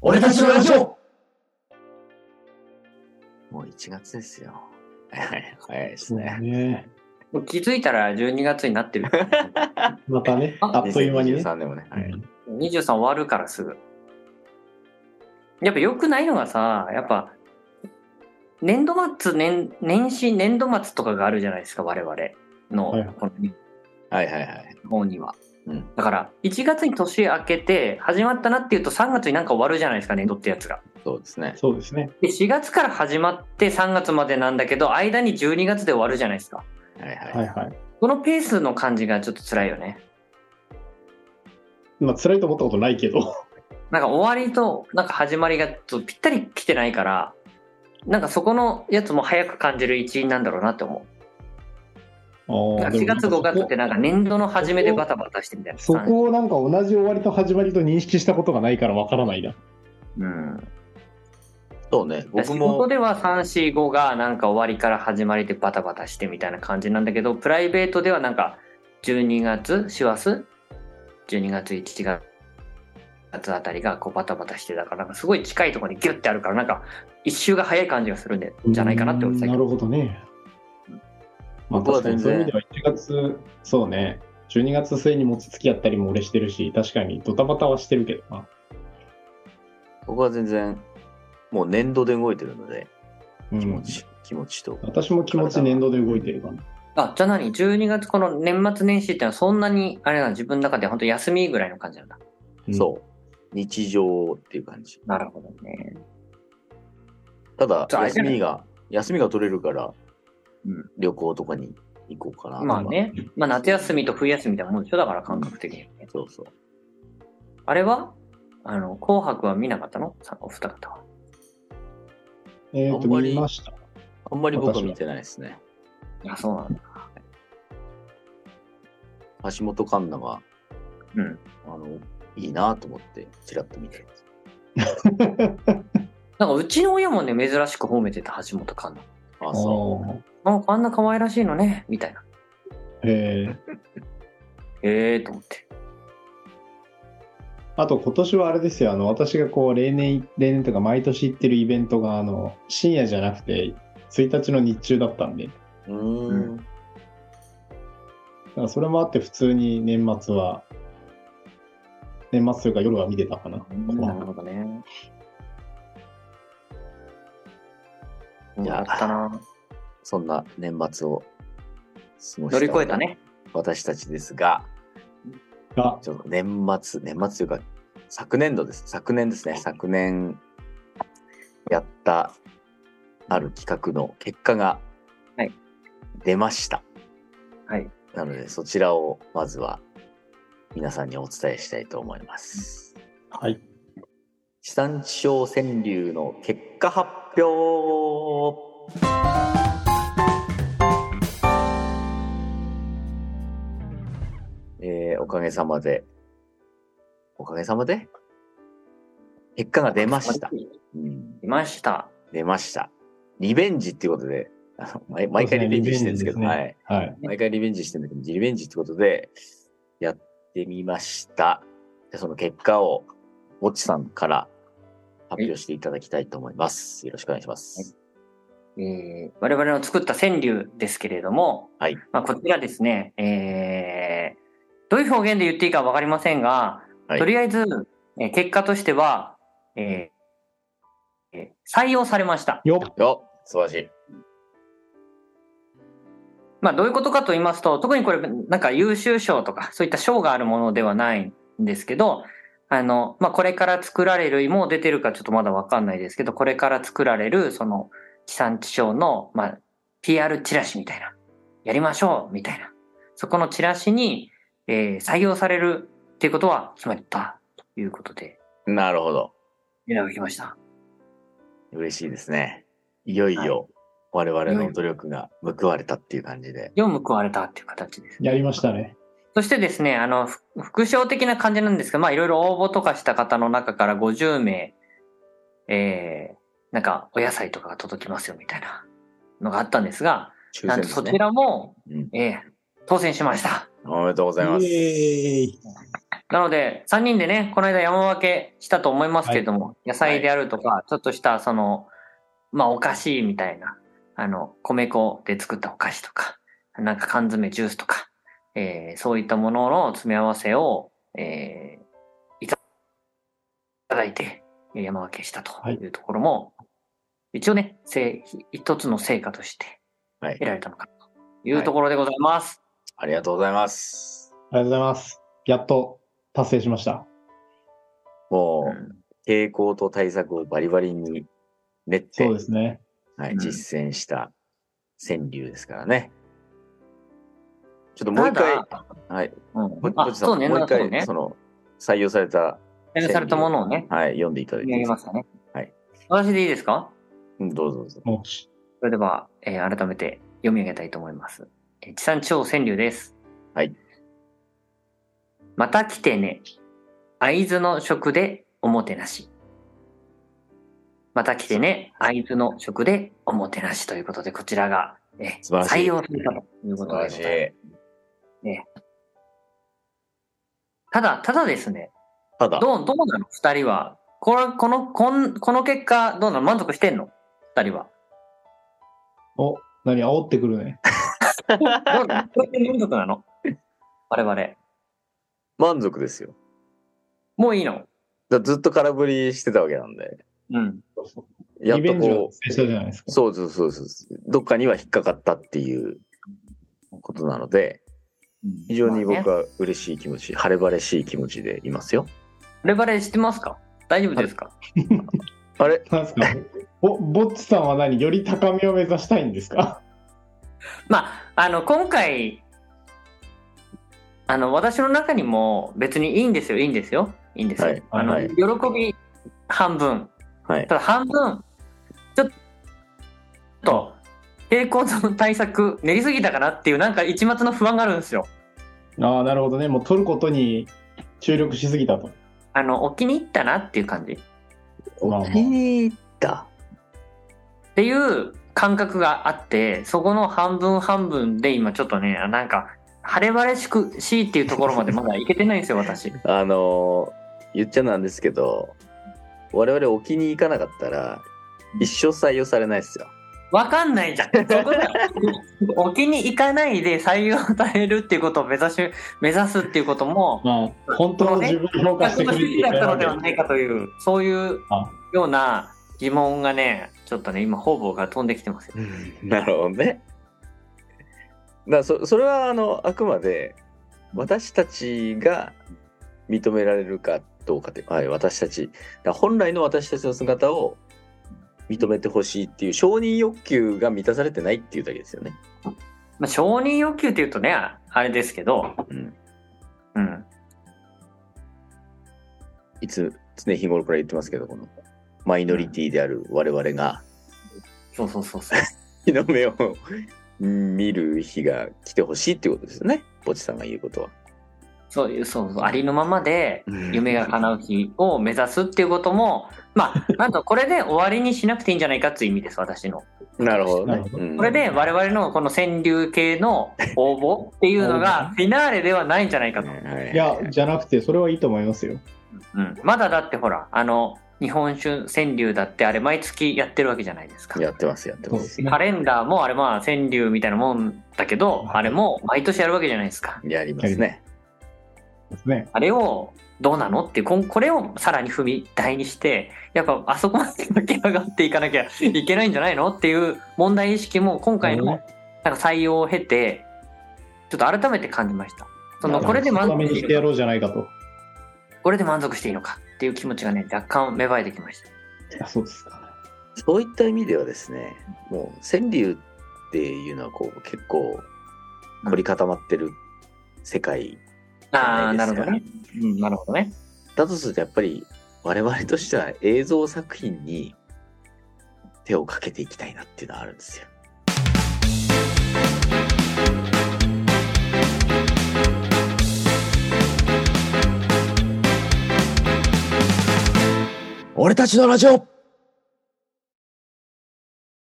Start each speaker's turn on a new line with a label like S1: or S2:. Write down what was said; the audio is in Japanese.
S1: 俺たちのラジオ
S2: もう1月ですよ。早いです
S3: そう
S2: ね。
S3: ね。
S4: もう気づいたら12月になってる。
S3: またね、
S4: あ
S3: あっという間にね。
S2: 2023年もね。はい。
S4: 23終わるからすぐ。やっぱ良くないのがさ、やっぱ、年度末、年、年始、年度末とかがあるじゃないですか、我々
S3: はい
S4: の、この日
S2: はいはいはい。
S4: 本には。
S2: うん
S4: だから、1月に年明けて、始まったなっていうと3月になんか終わるじゃないですか、年度ってやつが。
S2: そうですね。
S3: そうですね。
S4: で、4月から始まって3月までなんだけど、間に12月で終わるじゃないですか。
S2: はいはい。
S3: はいはい。
S4: このペースの感じがちょっと辛いよね。
S3: まあ、辛いと思ったことないけど。
S4: なんか終わりとなんか始まりがとぴったり来てないから、なんかそこのやつも早く感じる一因なんだろうなって思う。なんか4月5月ってなんか年度の初めでバタバタしてみたいな
S3: そ
S4: 感じ。
S3: こをなんか同じ終わりと始まりと認識したことがないからわからないな。
S4: うん。
S2: そうね。僕
S4: 仕事
S2: も、
S4: では3、4、5がなんか終わりから始まりでバタバタしてみたいな感じなんだけど、プライベートではなんか12月、師走 ?12 月、1月。あたりがこうバタバタしてたからなんかすごい近いところにギュッてあるからなんか一周が早い感じがするんでじゃないかなって思ってた
S3: な
S4: けど
S3: るほどね。まあ、
S2: 僕は
S3: 確か
S2: 全
S3: に
S2: 然
S3: そういう意味では1月、そうね、12月末に餅つきやったりも俺してるし、確かにドタバタはしてるけどな。
S2: 僕は全然、もう年度で動いてるので、
S3: うん
S2: 気持ち、気持ちと。
S3: 私も気持ち年度で動いてるかな。
S4: あ、じゃあ何 ?12 月この年末年始ってのはそんなに、あれなの自分の中で本当休みぐらいの感じなんだ。
S3: うん
S2: そう。日常っていう感じ。
S4: なるほどね。
S2: ただ、
S4: じゃああれじ
S2: 休
S4: ゃない
S2: みが、休みが取れるから、
S4: うん
S2: 旅行とかに行こうかなとか。
S4: まあね。まあ夏休みと冬休みみたいなもんでしょだから感覚的に。
S2: そうそう。
S4: あれはあの、紅白は見なかったのさお二方は。
S3: えっ、
S2: あ
S3: と、
S2: んまり
S3: 見ました。
S2: あんまり僕
S3: 私
S2: は
S3: は
S2: 見てないですね。
S4: あ、そうなんだ。
S2: 橋本環奈が、
S4: うん。
S2: あの、いいなと思って、ちらっと見てます。
S4: なんかうちの親もね、珍しく褒めてた橋本環奈。
S2: あ、そ
S4: なんかあんな可愛らしいのね、みたいな。
S3: えー
S4: へえーと思って。
S3: あと今年はあれですよ、あの私がこう例年、例年とか毎年行ってるイベントがあの深夜じゃなくて1日の日中だったんで、だ
S2: う。うーん。
S3: からそれもあって普通に年末は、年末というか夜は見てたかな。
S4: なるほどね。
S2: いや
S4: やったな。
S2: そんな年末を過ごした
S4: 乗り越えたね。
S2: 私たちですが、
S3: が、
S2: ちょっと年末、年末というか、昨年度です。昨年ですね。昨年やったある企画の結果が
S4: はい
S2: 出ました。
S4: はい。
S2: なので、そちらをまずは皆さんにお伝えしたいと思います。
S3: はい。
S2: 地産地消川柳の結果発表えーおかげさまで、おかげさまで、結果が出ました。うん、
S4: いました。
S2: 出ました。リベンジっていうことで、あの毎毎回リベンジしてるんですけど、
S3: そうです
S2: は
S3: ね
S2: い。
S3: はい。
S2: 毎回リベンジしてるんだけど、リベンジってことで、やってみました。でその結果を、ぼっちさんから発表していただきたいと思います。よろしくお願いしま
S4: えー
S2: す。
S4: 我々の作った川柳ですけれども、
S2: はい
S4: まあ、こちらですね、えーどういう表現で言っていいか分かりませんが、
S2: はい
S4: とりあえず、えー結果としては、えーえー採用されました。
S3: よっ
S2: よっ素晴らしい。
S4: まあ、どういうことかと言いますと、特にこれ、なんか優秀賞とか、そういった賞があるものではないんですけど、あの、まあ、これから作られる、もう出てるかちょっとまだわかんないですけど、これから作られる、その、地産地消の、まあ、PR チラシみたいな、やりましょう、みたいな。そこのチラシに、えー採用されるっていうことは決まった、ということで、
S2: なるほど。
S4: いただきました。
S2: 嬉しいですね。いよいよ、我々の努力が報われたっていう感じで。
S4: 4報われたっていう形です。
S3: やりましたね。
S4: そしてですね、あの、ふ副賞的な感じなんですが、まあ、いろいろ応募とかした方の中から50名、えー、なんか、お野菜とかが届きますよ、みたいなのがあったんですが、
S2: 抽
S4: なん
S2: 選で
S4: と
S2: す
S4: そ
S2: ね
S4: ち。らも、
S2: うん
S4: えー当選しました。
S2: おめでとうございます。
S3: イエーイ
S4: なので、3人でね、この間山分けしたと思いますけれども、野菜であるとか、ちょっとした、その、まあ、お菓子みたいな、あの、米粉で作ったお菓子とか、なんか缶詰ジュースとか、えーそういったものの詰め合わせを、えーいただいて、山分けしたというところも、一応ね、せい一つの成果として
S2: はい
S4: 得。られたのかなというところでございます。
S2: ありがとうございます。
S3: ありがとうございます。やっと達成しました。
S2: も
S4: う
S2: う、
S4: ん
S2: 傾向と対策をバリバリに練って、
S3: そうですね。
S2: は
S4: う
S2: い、
S4: ん
S2: 実践した川柳ですからね。ちょっとも
S4: た
S2: う一回、
S4: だ、
S2: はい、
S4: うん
S2: ぼぼ
S4: あ
S2: っちさ、
S4: そうんね、
S2: もう一
S4: そう
S2: 回、
S4: ね。
S2: その、採用された、
S4: 提案されたものをね、
S2: はい、読んでいただい
S4: や
S2: ていい
S4: り
S2: ですか
S4: ましたね。
S2: はい。
S4: 私でいいですか
S2: うん、どうぞどうぞ。
S3: もうし
S4: それでは、えー改めて読み上げたいと思います。えー地産地消川柳です。
S2: はい。
S4: また来てね。会津の食でおもてなし。また来てね。会津の食でおもてなしということで、こちらが、えー
S2: 素晴らしい
S4: 採用されたということでご
S2: 素
S4: ざい
S2: 晴ら
S4: ま
S2: し
S4: す
S2: い。。た
S4: ただ、ただですね、
S2: だ、
S4: どう、どうなの二人は。これ、この、こん、この結果、どうなの満足してんの二人は。
S3: お、何煽ってくるね。
S4: どうなのこれで満足なの我々。
S2: 満足ですよ。
S4: もういいの
S2: だずっと空振りしてたわけなんで、
S4: うん。
S2: やっ
S3: リ
S2: と
S3: ベンジ
S2: こ
S3: を
S2: う、
S3: 達成したじゃないですか。
S2: そうそうそうそう、どっかには引っかかったっていうことなので、非常に
S4: まあ
S2: 僕
S4: ね
S2: は嬉しい気持ち、晴れ晴れしい気持ちでいますよ。
S4: 我々知ってますか大丈夫ですか
S2: あれ
S3: なんですかぼぼっちさんは何より高みを目指したいんですか
S4: まあ、あの、今回、あの、私の中にも別にいいんですよ、いいんですよ、いいんですよ。
S2: はい
S4: あの、
S2: はい
S4: 喜び半分。
S2: はい。
S4: ただ半分、ちょっと、抵抗の対策練りすぎたかなっていう、なんか一抹の不安があるんですよ。
S3: ああ、なるほどね。もう取ることに注力しすぎたと。
S4: あの、お気に入ったなっていう感じ。
S3: まあまあ
S2: 気に入った。
S4: っていう感覚があって、そこの半分半分で今ちょっとね、あなんか、晴れ晴れしくしいっていうところまでまだいけてないんですよ、私。
S2: あのー言っちゃなんですけど、我々お気に行かなかったら、一生採用されないですよ。
S4: わかんないじゃん。そこだよ。お気に行かないで採用されるっていうことを目指し、目指すっていうことも、
S3: まあ、本当の自分を評価して
S4: の
S3: くれ
S4: 主
S3: て
S4: 義だったのでは
S3: る
S4: ないかという、そういう
S3: あ
S4: ような疑問がね、ちょっとね、今、方々が飛んできてますよ。
S2: なるほどね。だからそそれはあのあくまで私たちが認められるかどうかって、はい、私たちだから本来の私たちの姿を認めてほしいっていう承認欲求が満たされてないっていうだけですよね。
S4: まあ、承認欲求っていうとね、あれですけど、
S2: うん、
S4: うん。
S2: いつ常日頃から言ってますけどこのマイノリティである我々が
S4: そうそうそうそう。
S2: 日の目をうん見る日が来てほしいっていうことですよね。ぼちさんが言うことは。
S4: そういう、そうそう、ありのままで、夢が
S2: う
S4: 叶う日を目指すっていうことも、まあ、なんとこれで終わりにしなくていいんじゃないかっていう意味です、私の。
S2: なるほど
S3: な
S2: ね
S3: るほ。ど
S2: うん
S4: これで我々のこの川柳系の応募っていうのがフィナーレではないんじゃないかと。
S2: い
S3: いや、じゃなくて、それはいいと思いますよ。
S4: うん、まだだってほら、あの、日本酒川柳だってあれ毎月やってるわけじゃないですか。
S2: やってます、やって
S3: そう
S2: ま。
S3: ですすね
S4: カ。レンダーもあれまあ川柳みたいなもんだけど、あれも毎年やるわけじゃないですか。
S2: やりますね。
S3: ですね
S4: あれをどうなのっていうこんこれをさらに踏み台にしてやっぱあそこまで駆け上がっていかな きゃいけないんじゃないのっていう問題意識も今回の
S3: な
S4: なん
S3: る
S4: か採用を経てちょっと改めて感じましたそのこれで満
S3: そのため
S4: 足
S3: に
S4: し
S3: してて
S4: いい
S3: や
S4: の
S3: ろうじゃないかと。
S4: かこれで満足していいのかっていう気持ちがね若干芽生えてきました
S3: あそうですか。
S2: そういった意味ではですね、もう川柳っていうのはこう結構凝り固まってる世界
S4: ああ
S2: じ
S4: な
S2: ゃ
S4: る
S2: な
S4: ほど
S2: いで
S4: ね、うん、なるほどね
S2: だとするとやっぱり我々としては映像作品に手をかけていきたいなっていうのはあるんですよ。俺たちのラジオ